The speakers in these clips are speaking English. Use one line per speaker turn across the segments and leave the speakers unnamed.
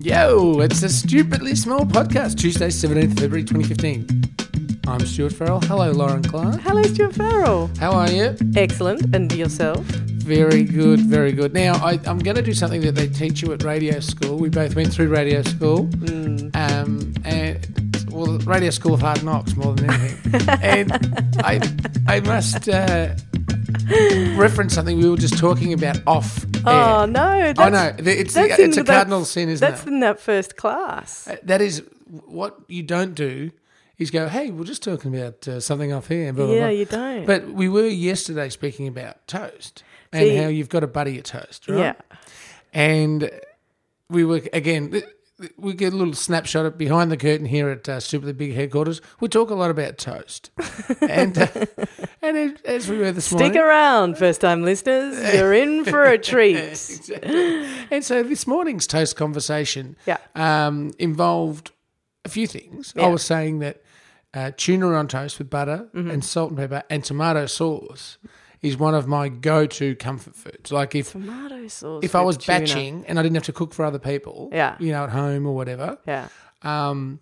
Yo, it's the Stupidly Small Podcast, Tuesday, 17th February 2015. I'm Stuart Farrell. Hello, Lauren Clark.
Hello, Stuart Farrell.
How are you?
Excellent. And yourself?
Very good, very good. Now, I, I'm going to do something that they teach you at radio school. We both went through radio school. Um, and, well, radio school of hard knocks more than anything. and I, I must uh, reference something we were just talking about off air.
Oh, no. That's,
I know. It's, the,
that's in
it's a
the- that's-
cardinal sin, isn't it?
That's in that first class.
Uh, That is what you don't do is go, hey, we're just talking about uh, something off here. Blah, blah,
yeah,
blah.
you don't.
But we were yesterday speaking about toast and
See-
how you've got to butter your toast, right?
yeah.
And we were, again, th- th- we get a little snapshot of behind the curtain here at uh, Stupidly Big Headquarters. We talk a lot about toast. and uh, and as- as we were this
Stick
morning.
around, first time listeners. You're in for a treat.
Exactly. And so this morning's toast conversation
Yeah.
um, involved a few things. I
Yeah.
was saying that uh, tuna on toast with butter
Mm-hmm.
and salt and pepper and tomato sauce is one of my go-to comfort foods. Like if
Tomato sauce.
if I
with
was
tuna.
batching and I didn't have to cook for other people,
Yeah.
you know, at home or whatever,
Yeah.
um,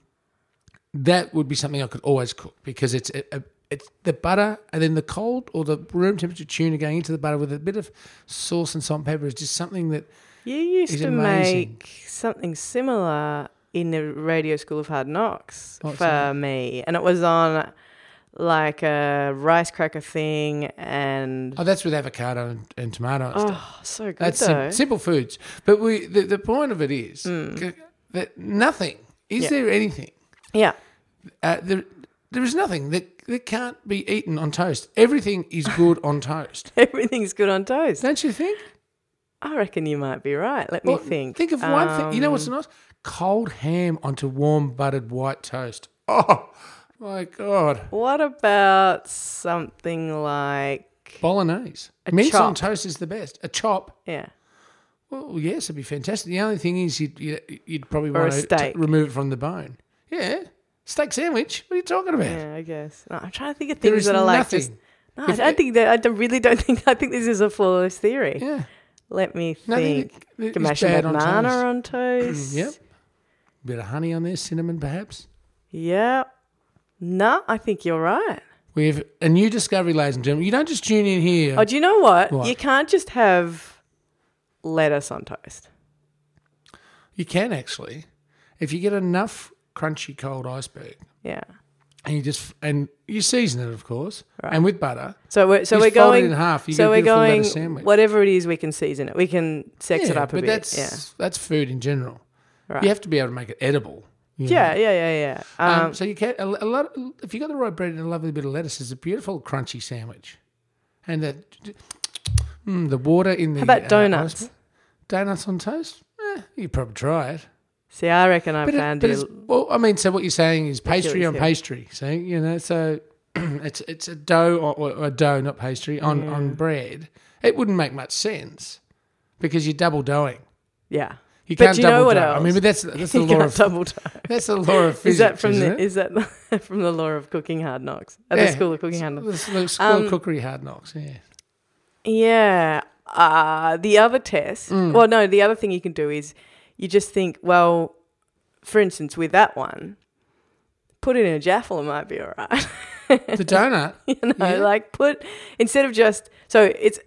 that would be something I could always cook because it's a, a, it's the butter and then the cold or the room temperature tuna going into the butter with a bit of sauce and salt and pepper is just something that
You used
It's
to
amazing.
make something similar in the Radio School of Hard Knocks
What's
for
that?
me. And it was on like a rice cracker thing and.
oh that's with avocado and, and tomato and stuff.
Oh, so good
That's
though. Hmm.
sim- simple foods, but we the, the point of it is c- that nothing is
Yeah.
there anything
yeah.
uh, there there is nothing that that can't be eaten on toast. Everything is good on toast,
Everything's good on toast.
don't you think?
I reckon you might be right. Let
Well,
me think.
Think of one thing. You know what's
Um,
nice? Cold ham onto warm buttered white toast. Oh my god!
What about something like
Bolognese.
A
Mince on
chop.
toast is the best. A chop.
yeah,
Well, yes, it'd be fantastic. The only thing is, you'd, you'd, you'd probably
Or a
want to
steak.
remove it from the bone. Yeah, steak sandwich. What are you talking about?
yeah, I guess. No, I'm trying to think of
There
things
is
that are like
nothing.
just. No, I
If
don't
it-
think that. I don't- really don't think. I think this is a flawless theory.
yeah,
Let me
nothing.
think.
that- that is
Mash
bad
banana
on
on
toast.
toast.
Yep. Bit of honey on there, cinnamon perhaps.
Yep. No, I think you're right.
We have a new discovery, ladies and gentlemen. You don't just tune in here.
Oh, do you know what?
What?
You can't just have lettuce on toast.
You can actually, if you get enough crunchy cold iceberg,
Yeah.
and you just and you season it, of course, and with butter.
So we're so
Just
we're
fold it
going
in half, you get
so
a
we're
beautiful
going
lettuce sandwich.
whatever it is we can season it. We can sex it
Yeah,
up a
but
bit.
that's
yeah.
that's food in general.
Right.
You have to be able to make it edible. you know.
Yeah, yeah, yeah, yeah.
Um,
Um,
so you can a, a lot. If you got the right bread and a lovely bit of lettuce, it's a beautiful crunchy sandwich. And the mm, the water in the
how about
uh,
donuts?
iceberg- donuts on toast. Eh, you probably try it.
See, I reckon I
But, it,
found
but it's,
you.
well, I mean, so what you're saying is pastry
Achilles
on
heel.
pastry. So you know, so it's it's a dough or, or- or a dough, not pastry on on bread. It wouldn't make much sense because you're double dough.
Yeah.
You
But
can't
you know
double
what
dough. I
else?
mean, but that's that's the
You
law
can't
of
double dough.
that's the law of physics.
Is that from
isn't
the
it?
is that from the law of cooking hard knocks? At
Yeah.
the school of cooking hard knocks.
The s- the school
Um,
of cookery hard knocks. Yeah.
Yeah. Uh, the other test.
Mm.
Well, no, the other thing you can do is you just think, well, for instance, with that one, put it in a jaffle, it might be all right.
The donut.
you know,
Yeah.
like put instead of just so it's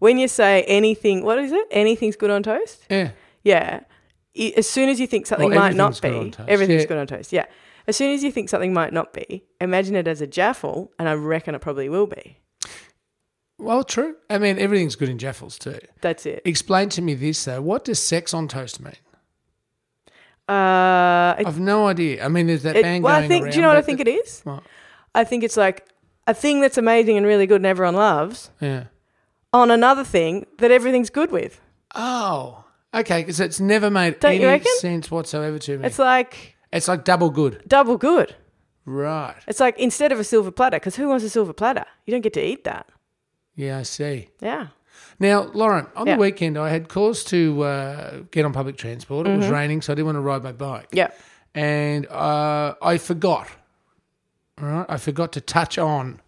when you say anything, what is it? Anything's good on toast.
Yeah.
Yeah. I- As soon as you think something
Well,
might not
everything's good on
be,
toast.
everything's
Yeah.
good on toast. Yeah. As soon as you think something might not be, imagine it as a jaffle, and I reckon it probably will be.
Well, true. I mean, everything's good in Jaffles too.
That's it.
Explain to me this though. What does sex on toast mean?
Uh, it,
I've no idea. I mean, there's that
it-
bang
well,
going
I think.
around.
do you know what I think it is?
What?
I think it's like a thing that's amazing and really good and everyone loves
Yeah.
on another thing that everything's good with.
Oh, okay. Because it's never made
Don't you
any
reckon?
sense whatsoever to me. It's,
It's like
like double good,
double good.
right?
It's like instead of a silver platter, because who wants a silver platter? You don't get to eat that.
Yeah, I see.
Yeah.
Now, Lauren, on
Yeah.
the weekend I had cause to uh, get on public transport. It was raining, so I didn't want to ride my bike,
Mm-hmm. Yeah.
and uh, I forgot. All right, I forgot to touch on.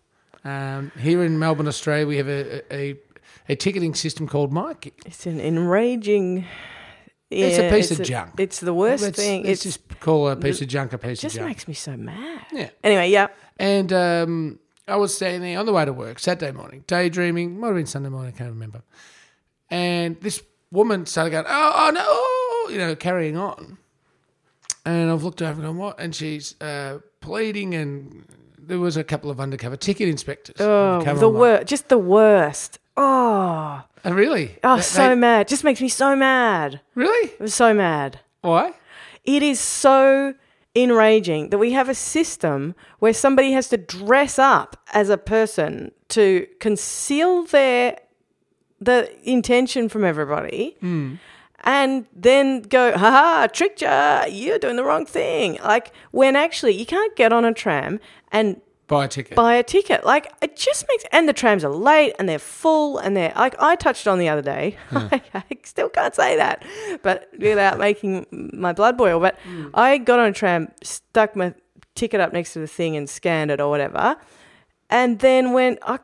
Um, here in Melbourne, Australia, we have a a, a, a ticketing system called MyKick.
It's an enraging
It's a
Yeah,
piece of junk.
It's the worst
let's,
thing.
Let's
It's just,
just call a piece of junk a piece
just
of junk.
makes me so mad.
Yeah.
Anyway, yeah.
And um, I was standing there on the way to work Saturday morning, daydreaming. Might have been Sunday morning, I can't remember. And this woman started going, "Oh, oh no!" oh," You know, carrying on. And I've looked over and gone, "What?" And she's uh, pleading, and there was a couple of undercover ticket inspectors. who've
Oh,
come
the
along.
worst. Just the worst. Oh,
Oh, really?
oh,
They-
so
they-
mad. Just makes me so mad.
really?
I'm so mad.
Why?
It is so enraging that we have a system where somebody has to dress up as a person to conceal their the intention from everybody. And then go, haha, tricked ya, you're doing the wrong thing. Like, when actually you can't get on a tram and
Buy a ticket.
buy a ticket. Like it just makes and the trams are late and they're full and they're like I touched on the other day. I still can't say that, but without making my blood boil. But I got on a tram, stuck my ticket up next to the thing and scanned it or whatever, and then when I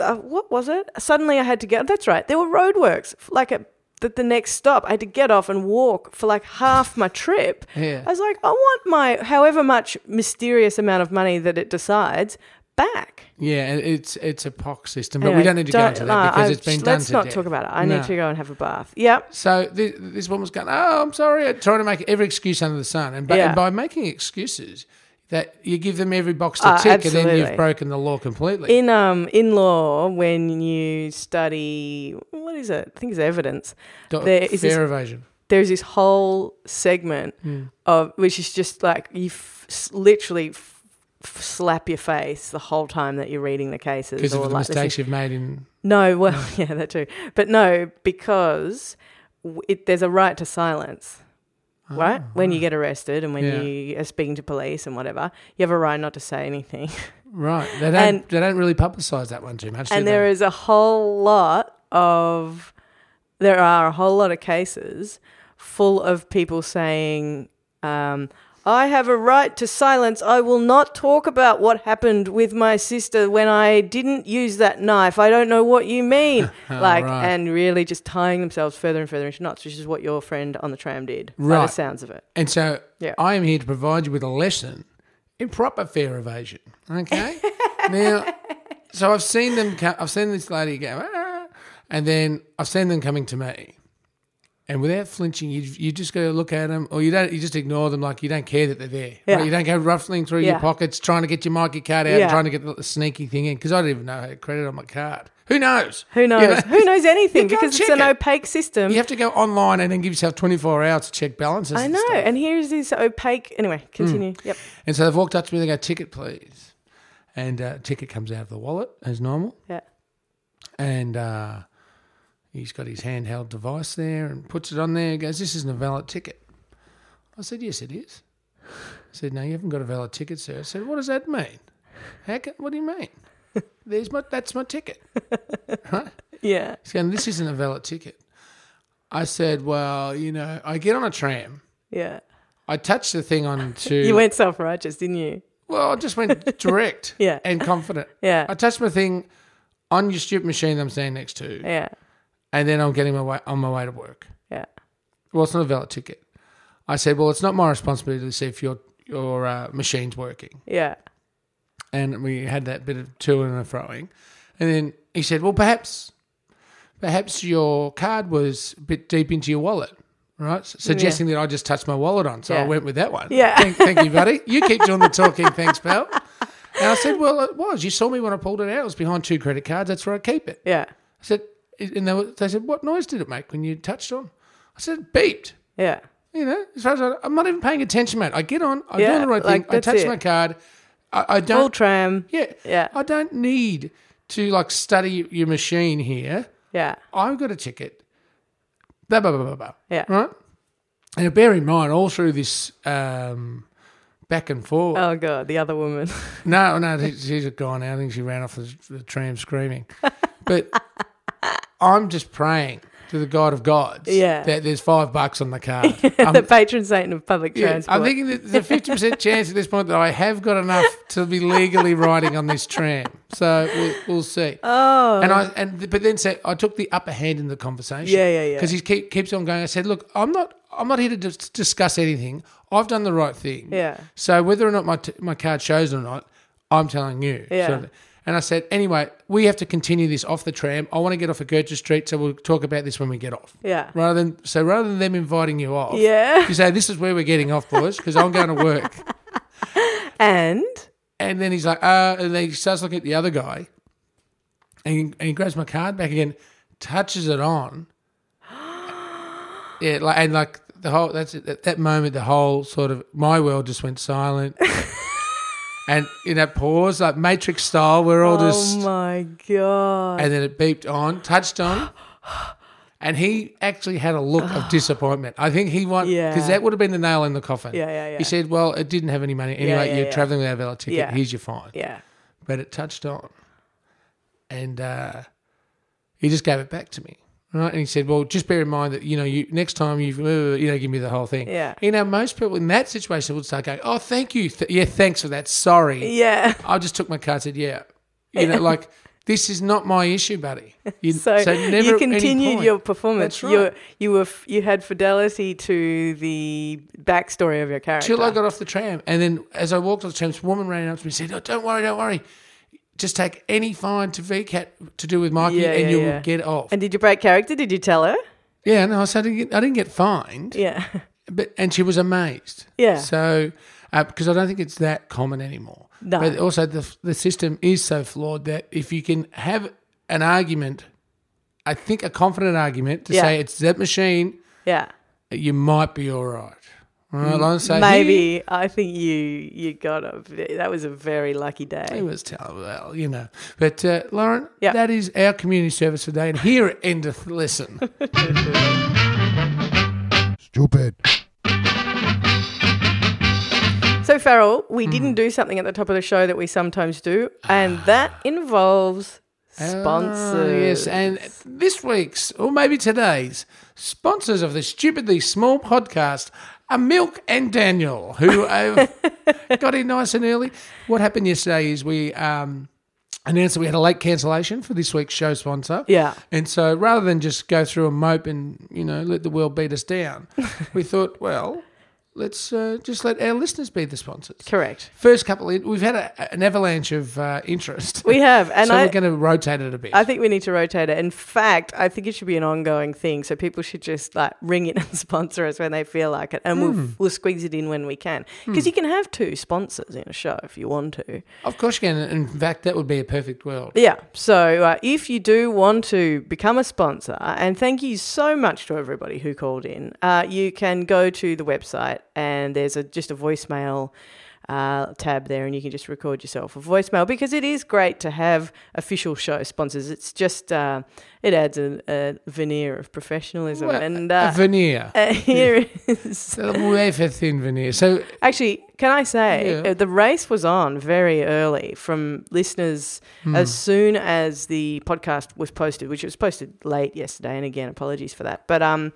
uh, what was it? Suddenly I had to get. That's right. There were roadworks like at the, the next stop. I had to get off and walk for like half my trip.
Yeah.
I was like, I want my however much mysterious amount of money that it decides back.
yeah, it- it's it's a POC system, but
Anyway,
we don't need to go into
no,
that because
I-
it's been done
Let's
to
not
death.
talk about it. I
No.
need to go and have a bath. Yep.
So this, this woman was going, "Oh, I'm sorry," I'm trying to make every excuse under the sun, and by,
Yeah.
and by making excuses, that you give them every box to
Ah,
tick, and then
absolutely.
you've broken the law completely.
In um in law, when you study what is it? I think it's evidence.
Do-
there is this
fair evasion.
there's this whole segment
Hmm.
of which is just like you f- s- literally f- f- slap your face the whole time that you're reading the cases
Because
or
of the
like listening-
mistakes you've made in
No, well, yeah, that too. But no, because w- it, there's a right to silence. Right? when you get arrested and when
Yeah.
you are speaking to police and whatever, you have a right not to say anything.
right. They don't.
And-
they don't really publicise that one too much.
and
do
there
they?
is a whole lot of there are a whole lot of cases full of people saying um, i have a right to silence i will not talk about what happened with my sister when i didn't use that knife i don't know what you mean like
Right.
and really just tying themselves further and further into knots which is what your friend on the tram did by the
Right.
sounds of it
And so
Yeah.
I am here to provide you with a lesson in proper fair evasion. Okay. now, so I've seen them. Co- I've seen this lady go, "Ah," and then I've seen them coming to me, and without flinching, you you just go look at them, or you don't. You just ignore them like you don't care that they're there.
Yeah.
Right? You don't go ruffling through
Yeah.
your pockets trying to get your Mikey card out
Yeah.
and trying to get the, the sneaky thing in because I don't even know how to credit on my card. Who knows?
who knows
You know?
who knows anything
can't
because it's
check
an
it.
opaque system
You have to go online and then give yourself 24 hours to check balances.
i
and
know
stuff. Hmm.
and here's this opaque anyway continue yep
And so they've walked up to me. They go, "Ticket, please." And uh, ticket comes out of the wallet as normal,
yeah
and uh, he's got his handheld device there and puts it on there. and Goes, "This isn't a valid ticket." I said, "Yes, it is." He said, "No, you haven't got a valid ticket, sir." I said, "What does that mean? How can, what do you mean?" There's my that's my ticket.
yeah
He's going, "This isn't a valid ticket." I said, "Well, you know, I get on a tram.
Yeah.
I touch the thing on to
You went self righteous, didn't you?
Well, I just went direct
Yeah.
and confident.
Yeah.
I touched my thing on your stupid machine that I'm standing next to,
Yeah.
and then I'm getting my way on my way to work.
Yeah.
Well, it's not a valid ticket. I said, well, it's not my responsibility to see if your your uh, machine's working.
Yeah.
And we had that bit of to and a throwing, and then he said, well, perhaps, perhaps your card was a bit deep into your wallet. Right, suggesting that I just touched my wallet on, so I
Yeah.
went with that one.
Yeah.
thank, thank you, buddy. You keep doing the talking, thanks, pal. And I said, well, it was. You saw me when I pulled it out. It was behind two credit cards. That's where I keep it.
Yeah.
I said, and they, were, they said, what noise did it make when you touched on? I said, it beeped.
Yeah.
You know, as far as I, I'm not even paying attention, mate. I get on, I'm
Yeah,
doing the right
like,
thing. I
that's
touch
it.
my card. I, I
Full
don't.
tram.
yeah,
Yeah.
I don't need to like study your machine here.
Yeah.
I've got a ticket. Blah blah blah blah blah.
Yeah.
Right. And bear in mind, all through this um, back and forth,
Oh god, the other woman.
no, no, she- she's gone now. I think she ran off the, the tram screaming. But I'm just praying to the God of Gods.
Yeah.
That there's five bucks on the card.
the
I'm,
patron saint of public
Um, yeah,
transport.
I'm thinking that there's a fifty percent chance at this point that I have got enough to be legally riding on this tram. So we'll, we'll see.
oh,
And I and but then say I took the upper hand in the conversation.
Yeah, yeah, yeah.
Because he keep, keeps on going. I said, look, I'm not I'm not here to dis- discuss anything. I've done the right thing.
Yeah.
So whether or not my t- my card shows or not, I'm telling you.
Yeah.
Sort of. And I said, anyway, we have to continue this off the tram. I want to get off at Gertrude Street, so we'll talk about this when we get off.
yeah,
Rather than so rather than them inviting you off,
yeah.
you say this is where we're getting off, boys, because I'm going to work.
And
And then he's like, uh, and then he starts looking at the other guy. And he, and he grabs my card back again, touches it on. yeah, like, and like the whole, that's it, at that moment, the whole sort of, my world just went silent. and in that pause, like Matrix style, we're all
oh
just,
my god,
and then it beeped on, touched on. And he actually had a look of disappointment. I think he wanted,
Yeah.
because that would have been the nail in the coffin.
Yeah, yeah, yeah.
He said, well, it didn't have any money. Anyway,
yeah,
you're
yeah.
traveling without a valid ticket.
Yeah.
Here's your fine
yeah.
but it touched on. And uh, he just gave it back to me. Right? And he said, Well, just bear in mind that, you know, you next time you've, uh, you know, give me the whole thing.
Yeah.
You know, most people in that situation would start going, Oh, thank you. Th- yeah, thanks for that. Sorry.
Yeah.
I just took my card and said, Yeah. You know, like, this is not my issue, buddy. You,
So, you
at any
continued
point-
your performance.
That's right.
You you were f- you had fidelity to the backstory of your character.
Till I got off the tram. And then as I walked off the tram, this woman ran up to me and said, oh, Don't worry, don't worry. Just take any fine to VCAT to do with Mikey
Yeah,
and
yeah,
you
yeah.
will get off.
and did you break character? Did you tell her?
Yeah, no, so I didn't get, I didn't get fined,
Yeah.
but and she was amazed.
Yeah.
So, uh, because I don't think it's that common anymore.
No.
But also, the the system is so flawed that if you can have an argument, I think a confident argument to
Yeah.
say it's that machine,
Yeah.
you might be all right. All right, Lauren? So he-
Maybe I think you you got a v- that was a very lucky
He,
day.
was telling well, you know. But uh, Lauren,
Yeah.
that is our community service today, and here endeth listen.
Stupid.
Oh.
So Farrell, we
Hmm.
didn't do something at the top of the show that we sometimes do, and that involves
Ah, yes,
sponsors.
and this week's, or maybe today's, sponsors of the Stupidly Small podcast are Milk and Daniel, who uh, got in nice and early. What happened yesterday is we um, announced that we had a late cancellation for this week's show sponsor.
Yeah.
And so rather than just go through and mope and, you know, let the world beat us down, we thought, well, let's uh, just let our listeners be the sponsors.
Correct.
First couple, of, we've had a, an avalanche of uh, interest.
We have, and
so
I
we're going to rotate it a bit.
I think we need to rotate it. In fact, I think it should be an ongoing thing. So people should just like ring in and sponsor us when they feel like it, and
Hmm.
we'll we'll squeeze it in when we can. Because you can have two sponsors in a show if you want to.
Of course you can. In fact, that would be a perfect world.
Yeah. So uh, if you do want to become a sponsor, and thank you so much to everybody who called in, uh, you can go to the website and there's a, just a voicemail uh, tab there, and you can just record yourself a voicemail because it is great to have official show sponsors. It's just uh, it adds a, a veneer of professionalism,
Well,
and
A
uh,
veneer.
uh, here is
A wafer thin veneer. So
Actually, can I
Yeah.
say uh the race was on very early from listeners
hmm.
as soon as the podcast was posted, which it was posted late yesterday, and again, apologies for that. But um,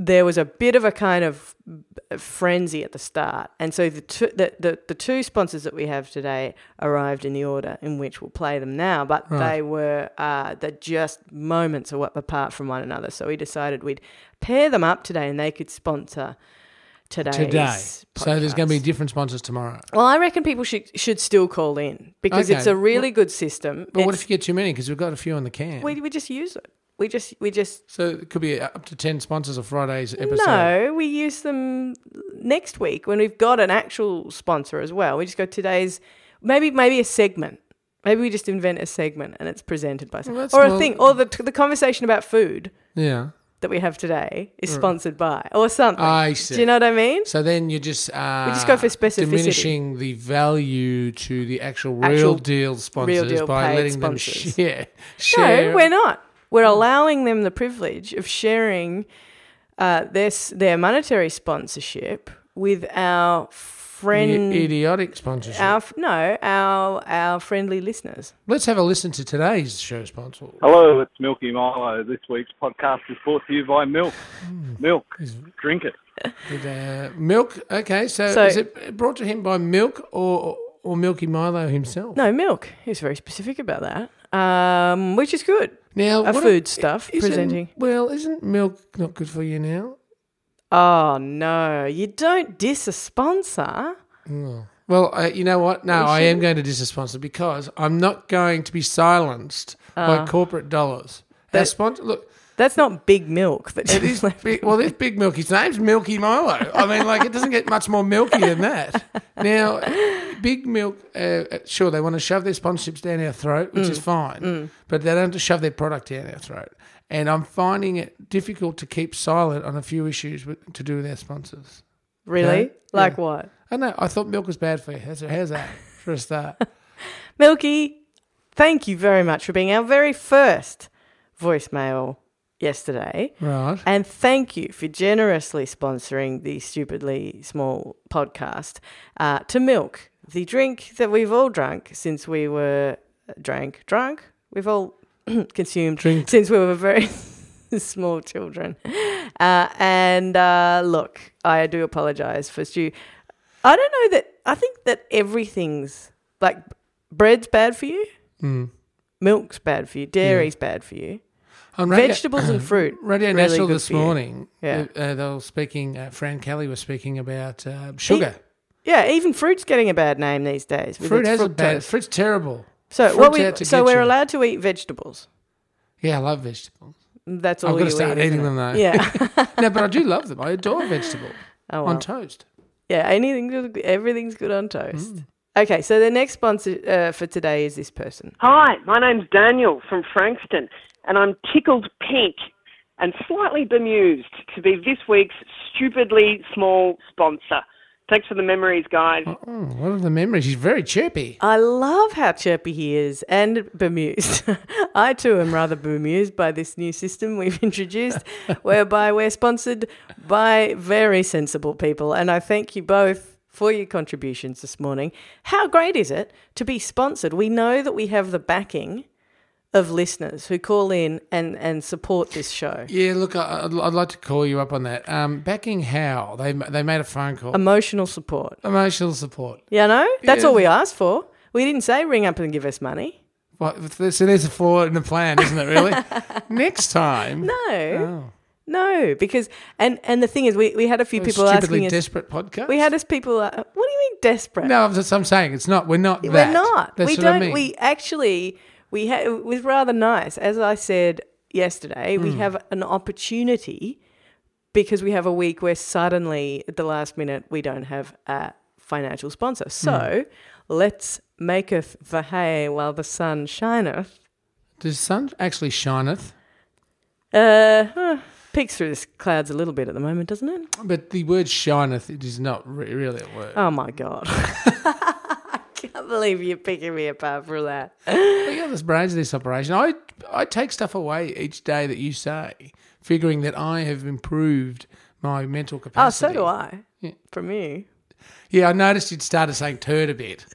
there was a bit of a kind of uh, frenzy at the start, and so the two, the, the the two sponsors that we have today arrived in the order in which we'll play them now, but
Right.
they were uh, they're just moments awa- apart from one another. So we decided we'd pair them up today, and they could sponsor. Today's
today. So there's going to
podcast.
be different sponsors tomorrow.
Well, I reckon people should should still call in because it's
Okay.
a really good system.
But what
It's-
if you get too many? Because we've got a few on the can.
we we just use it? We just we just
so it could be up to 10 sponsors of Friday's episode.
no, we use them next week when we've got an actual sponsor as well. We just go today's maybe maybe a segment. Maybe we just invent a segment and it's presented by
Well, that's
or a
more-
thing or the the conversation about food
Yeah.
that we have today is sponsored by or something.
I see.
Do you know what I mean?
so then you just uh,
We just go for specificity.
diminishing the value to the actual real
Actual
deal sponsors
deal
by
paid
letting them
sponsors.
share. share. Hmm.
No, we're not. We're allowing them the privilege of sharing uh, their s- their monetary sponsorship with our friend,
I- idiotic sponsorship.
our f- no, our our friendly listeners.
Let's have a listen to today's show sponsor.
Hello, it's Milky Milo. This week's podcast is brought to you by Milk. Milk, drink it.
With, uh, milk. Okay, so,
So-
is it brought to him by Milk or or Milky Milo himself?
No, milk. He was very specific about that, um, which is good.
Now,
A
what
food stuff
isn't-
presenting.
Well, isn't milk not good for you now?
Oh no, you don't diss a sponsor.
Well, uh, you know what? No, I am going to diss a sponsor because I'm not going to be silenced
Ah.
by corporate dollars. Our
That-
sponsor, look,
That's not big milk. That
it is big, well, it's Big Milky. His name's Milky Milo. I mean, like, it doesn't get much more milky than that. Now, Big Milk, uh, sure, they want to shove their sponsorships down our throat, which
Mm,
is fine, but they don't have to shove their product down our throat. And I'm finding it difficult to keep silent on a few issues with, to do with our sponsors.
really
Yeah.
like what
I know. I thought milk was bad for you. How's, how's that for a start?
Milky. Thank you very much for being our very first voicemail yesterday.
Right.
And thank you for generously sponsoring the Stupidly Small podcast uh, to Milk, the drink that we've all drunk since we were drank, drunk. We've all consumed
Drink.
since we were very small children. Uh, and uh, look, I do apologize for Stu. I don't know that, I think that everything's like bread's bad for you,
Mm.
milk's bad for you, dairy's bad for you,
On radio,
vegetables and fruit.
radio
really
National
good
this
for you.
morning,
Yeah.
uh, uh, they were speaking, uh, Fran Kelly was speaking about uh, sugar.
Yeah, even fruit's getting a bad name these days. with
fruit
its
has a bad,
fructose.
fruit's terrible.
So what
fruit's out
we
to
so
get
we're
you.
allowed to eat vegetables.
Yeah, I love vegetables.
That's all
I've got
you
to start
eat,
eating them
isn't it?
though.
Yeah.
no, but I do love them. I adore vegetable
Oh
on
well.
toast.
Yeah. Anything. good- Everything's good on toast.
Mm.
Okay. So the next sponsor uh, for today is this person.
Hi, my name's Daniel from Frankston, and I'm tickled pink and slightly bemused to be this week's stupidly small sponsor. Thanks for the memories, guys.
Oh, what are the memories? He's very chirpy.
I love how chirpy he is and bemused. I too am rather bemused by this new system we've introduced, whereby we're sponsored by very sensible people. And I thank you both for your contributions this morning. How great is it to be sponsored? We know that we have the backing of listeners who call in and, and support this show.
Yeah, look, I, I'd, I'd like to call you up on that. Um, backing how they ma- they made a phone call.
Emotional support.
Emotional support.
You know? That's
Yeah.
all we asked for. We didn't say ring up and give us money.
What, so there's a flaw in the plan, isn't it? Really? Next time.
No.
Oh.
No, because and and the thing is, we, we had a few people
stupidly
asking us.
desperate podcast.
we had us people. Uh, what do you mean desperate?
no. I'm, just, I'm saying it's not. We're not.
we're
that.
not.
That's
we
what
don't.
I mean.
We actually we ha- it was rather nice, as I said yesterday. We
Hmm.
have an opportunity because we have a week where suddenly at the last minute we don't have a financial sponsor.
Hmm.
So let's maketh the hay while the sun shineth.
The sun actually shineth,
Uh, huh, peeks through the clouds a little bit at the moment, doesn't it?
but the word shineth it is not re- really a word.
Oh my god. I can't believe you're picking me apart for that.
Look at this brains of this operation. I I take stuff away each day that you say, figuring that I have improved my mental
Oh,
capacity.
so do I. From you.
Yeah, I noticed you'd started saying turd a bit.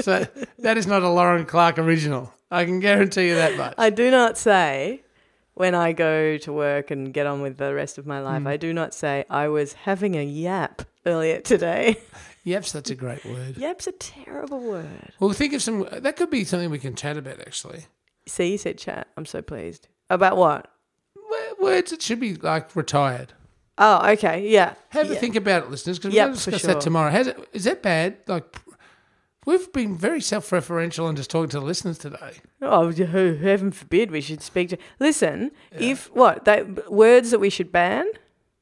so that is not a Lauren Clark original. I can guarantee you that much.
I do not say when I go to work and get on with the rest of my life, I do not say I was having a yap earlier today.
Yap's such a great word.
Yap's a terrible word.
Well, think of some. That could be something we can chat about actually.
See, you said chat. I'm so pleased. About what?
W- Words that should be like retired.
Oh, okay. Yeah.
Have a
Yeah.
think about it, listeners, because
Yep,
we're going to
for
discuss
sure.
that tomorrow. Has it, is that bad? Like, p- we've been very self-referential and just talking to the listeners today.
Oh, who- heaven forbid we should speak to. Listen, if what? That, words that we should ban?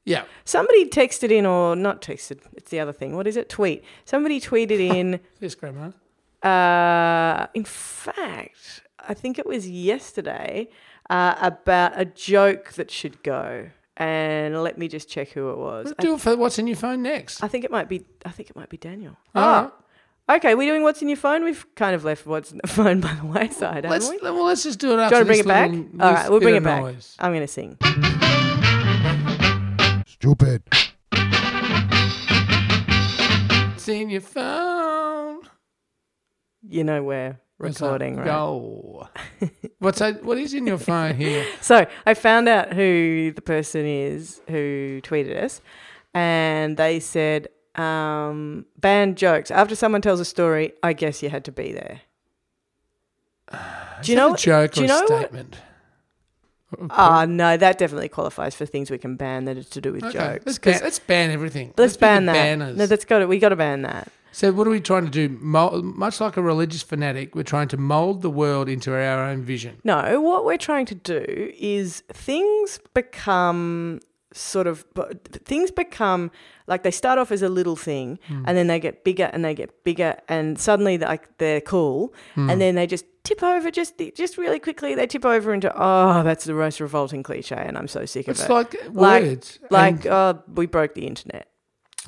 Yeah,
Somebody texted in, or not texted, it's the other thing. What is it? Tweet. Somebody tweeted in,
yes, Grandma.
uh, in fact, I think it was yesterday, uh, about a joke that should go. And let me just check who it was. I,
Do it for what's in your phone next.
I think it might be. I think it might be Daniel. Oh.
All right.
Okay, we're doing what's in your phone. We've kind of left what's in the phone by the wayside, haven't
let's
we? Do
well, let's just do it
you
after
want to bring
this
it back?
little
All
loose
right, we'll
bit
bring
of
it back.
noise.
I'm going to sing.
Stupid.
What's in your phone?
You know we're
What's that?
recording, right?
Go. What's that? What is in your phone here?
So I found out who the person is who tweeted us, and they said, um, "Ban jokes after someone tells a story. I guess you had to be there." Do you know?
a joke
do
or
you
a
know what-
statement?
Ah, no, that definitely qualifies for things we can ban that are to do with
Okay,
jokes.
let's,
'Cause-
ban, let's ban everything.
let's
be the
ban that.
Banners.
No, let's go to. We got to ban that.
so, what are we trying to do? Mo- much like a religious fanatic, we're trying to mold the world into our own vision.
No, what we're trying to do is things become sort of things become like they start off as a little thing
Hmm.
and then they get bigger and they get bigger and suddenly like they're cool
Hmm.
and then they just tip over just just really quickly they tip over into oh that's the most revolting cliche and I'm so sick of
It's
it
like,
like
words.
like
And-
oh we broke the internet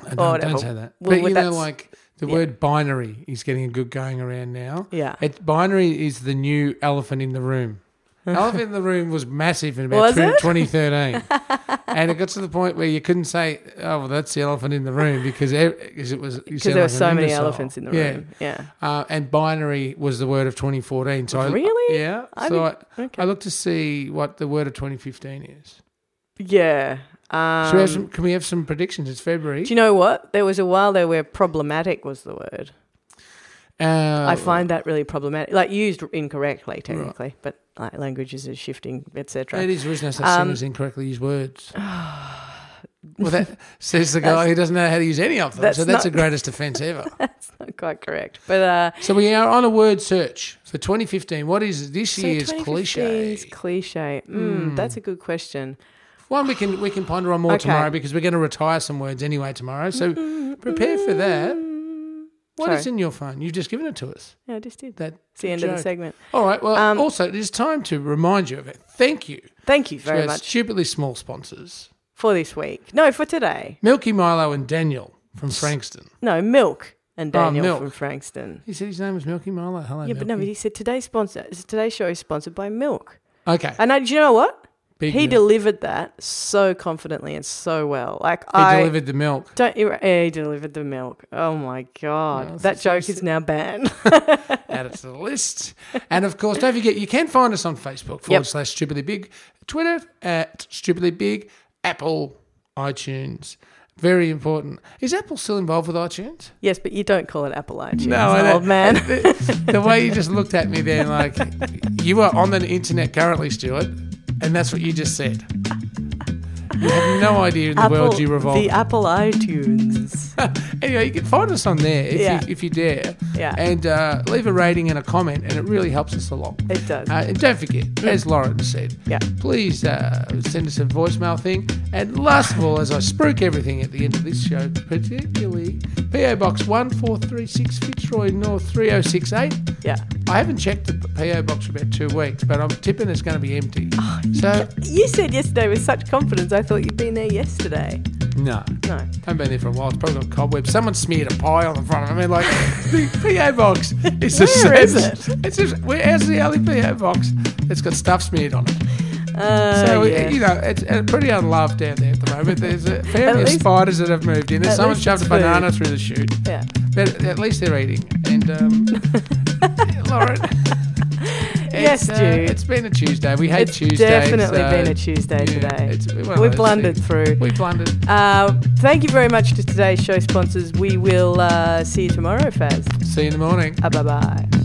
I don't,
whatever.
don't say that.
Well,
but you know,
that's-
like the
yeah.
word binary is getting a good going around now.
Yeah.
It's binary is the new elephant in the room. elephant in the room was massive in about
Was
twen-
it?
2013. and it got to the point where you couldn't say, oh, well, that's the elephant in the room because ev- 'cause it was.
because there were so many elephants in the
Yeah.
room yeah
Uh, and binary was the word of 2014. So
Really?
I, yeah.
I
so I,
didn't- okay.
I looked to see what the word of 2015 is.
yeah
Should we have
Um,
some, can we have some predictions? It's February.
Do you know what? There was a while there where problematic was the word.
uh,
I find that really problematic, like used incorrectly, technically, but like languages are shifting,
It
etc.
is there is no such
Um,
thing as incorrectly used words. well, that says the guy who doesn't know how to use any of them.
that's
so that's
not-
the greatest offence ever.
That's not quite correct, but uh,
so we are on a word search for 2015. What is this
so
year's
2015 's
cliche? Hmm.
Cliche. Mm, That's a good question.
One we can we can ponder on more
Okay.
tomorrow because we're going to retire some words anyway tomorrow. So prepare for that. What is
Sorry.
in your phone? You've just given it to us.
Yeah, I just did.
That
It's the end of the
joke.
segment.
All right. Well,
Um,
also it is time to remind you of it. Thank you
Thank you
to
very
our
much
stupidly small sponsors,
for this week. No, for today.
Milky Milo and Daniel from Frankston.
No, milk and
Oh,
Daniel
milk. Ah,
from Frankston.
He said his name was Milky Milo. Hello,
Yeah, but no, but
Milky.
he said today's sponsor. Today's show is sponsored by milk.
Okay.
And I, do you know what?
Big
uh, he
milk.
delivered that so confidently and so well. Like
He
I
delivered the milk.
don't. you- eh, He delivered the milk. Oh my god,
No, it's
that
just so
joke is
sick.
now banned.
Add it to the list. And of course, don't forget, you can find us on Facebook forward slash stupidly big, Twitter at stupidly big, Apple, iTunes. Very important. Is Apple still involved with iTunes?
yes, but you don't call it Apple iTunes,
I
old
don't-
man.
The, the way you just looked at me then, like, you are on the internet currently, Stuart, and that's what you just said. You have no idea in the
Apple,
world you revolve.
the Apple iTunes.
anyway, you can find us on there if,
Yeah.
you, if you dare.
Yeah.
And uh, leave a rating and a comment, and it really helps us a lot.
It does. Mm.
Uh, and don't forget, as Lauren said,
Yeah.
please uh, send us a voicemail thing. And last of all, as I spruik everything at the end of this show, particularly PO Box 1436 Fitzroy North 3068.
yeah.
I haven't checked the PO Box for about two weeks, but I'm tipping it's going to be empty.
Oh,
so,
You said yesterday with such confidence. I thought you'd been there yesterday.
no.
No.
I've been there for a while. It's probably got cobwebs. Someone smeared a pie on the front of it. I mean, like, the PO box. It's just,
Where is
it's, It's just, where's the only PO box that's got stuff smeared on it?
Uh,
So,
yeah.
you know, it's uh, pretty unloved down there at the moment. There's a family
least-
of spiders that have moved in. There's
at
someone
least
shoved a
it's
banana through the chute.
yeah.
But at least they're eating. And, um, Lauren.
Yes,
it's, uh,
Stu.
It's been a Tuesday. We hate
It's
Tuesdays.
definitely
so,
been a Tuesday
yeah,
today.
it's one of
We
those
blundered
things.
through.
We blundered.
Uh, thank you very much to today's show sponsors. We will uh, see you tomorrow, Faz.
See you in the morning.
Uh, bye bye.